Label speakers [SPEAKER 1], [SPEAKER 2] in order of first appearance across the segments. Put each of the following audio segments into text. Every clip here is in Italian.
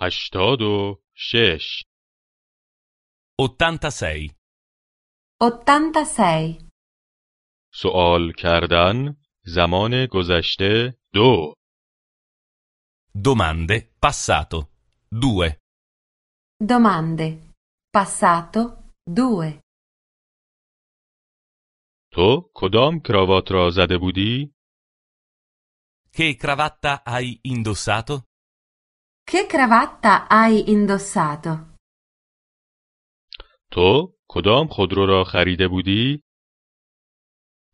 [SPEAKER 1] هشتاد و شش
[SPEAKER 2] 86.
[SPEAKER 3] 86.
[SPEAKER 1] سوال کردن زمان گذشته دو
[SPEAKER 2] Domande passato 2.
[SPEAKER 3] Domande. Passato 2.
[SPEAKER 1] تو کدام کراوات را زده بودی؟
[SPEAKER 2] Che cravatta hai indossato?
[SPEAKER 3] Che cravatta hai indossato?
[SPEAKER 1] تو کدام خودرو را خریده بودی؟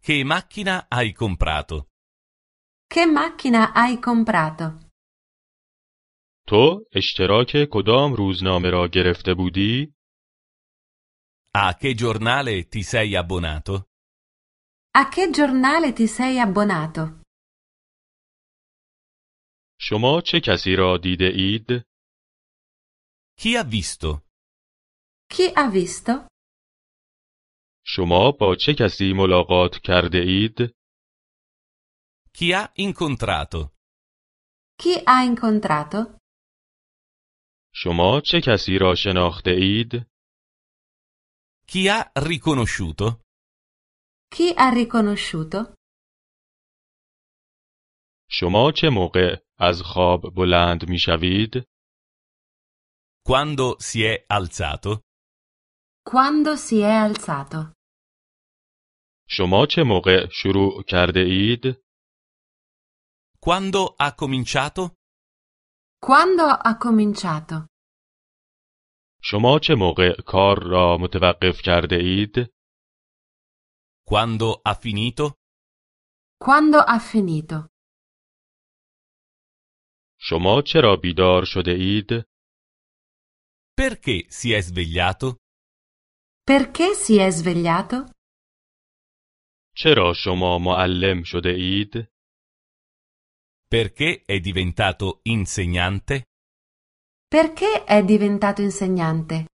[SPEAKER 2] Che macchina hai comprato?
[SPEAKER 3] Che macchina hai comprato?
[SPEAKER 1] تو اشتراک کدام روزنامه را گرفته بودی؟
[SPEAKER 2] A che giornale ti sei abbonato?
[SPEAKER 3] A che giornale ti sei abbonato?
[SPEAKER 1] شما چه کسی را دیده اید؟
[SPEAKER 2] Chi ha visto?
[SPEAKER 3] Chi ha visto?
[SPEAKER 1] شما با چه کسی ملاقات کرده اید؟
[SPEAKER 2] Chi ha incontrato?
[SPEAKER 3] Chi ha incontrato?
[SPEAKER 1] شما چه کسی را شناخته اید؟
[SPEAKER 2] Chi ha riconosciuto?
[SPEAKER 3] Chi ha riconosciuto?
[SPEAKER 1] شما چه موقع از خواب بلند می شوید؟
[SPEAKER 2] Quando si è alzato?
[SPEAKER 3] Quando si è alzato?
[SPEAKER 1] شما چه موقع شروع کرده اید؟
[SPEAKER 2] Quando ha cominciato?
[SPEAKER 3] Quando ha cominciato?
[SPEAKER 1] شما چه موقع کار را متوقف کرده اید؟
[SPEAKER 2] Quando ha finito?
[SPEAKER 3] Quando ha finito?
[SPEAKER 1] شما چرا بیدار شده اید؟
[SPEAKER 2] Perché si è svegliato?
[SPEAKER 3] Perché si è svegliato?
[SPEAKER 1] چرا شما معلم شده اید؟
[SPEAKER 2] Perché è diventato insegnante?
[SPEAKER 3] Perché è diventato insegnante?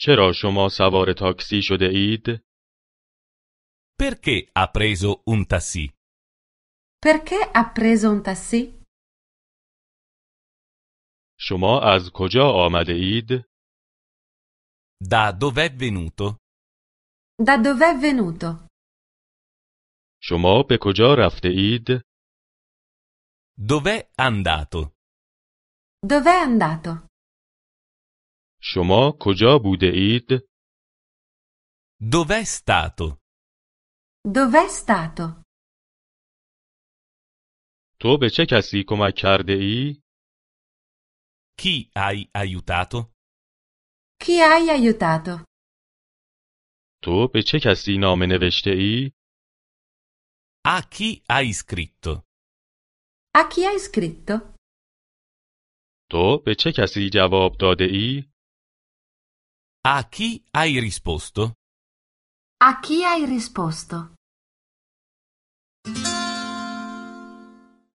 [SPEAKER 1] چرا شما سوار تاکسی شده اید؟
[SPEAKER 2] Perché ha preso un tassì?
[SPEAKER 3] Perché ha preso un tassì?
[SPEAKER 1] شما از کجا آمده اید؟
[SPEAKER 2] Da dov'è venuto?
[SPEAKER 3] Da dov'è venuto?
[SPEAKER 1] شما به کجا رفته اید؟
[SPEAKER 2] Dov'è andato?
[SPEAKER 3] Dov'è andato?
[SPEAKER 1] شما کجا بوده اید؟
[SPEAKER 2] Dov'è stato?
[SPEAKER 3] Dov'è stato?
[SPEAKER 1] تو به چه کسی کمک کرده ای؟
[SPEAKER 2] Chi hai aiutato?
[SPEAKER 3] Chi hai aiutato?
[SPEAKER 1] تو به چه کسی نامه نوشته ای؟
[SPEAKER 2] A chi hai scritto?
[SPEAKER 3] A chi hai scritto?
[SPEAKER 1] تو به چه کسی جواب داده ای؟
[SPEAKER 2] A chi hai risposto?
[SPEAKER 3] A chi hai risposto?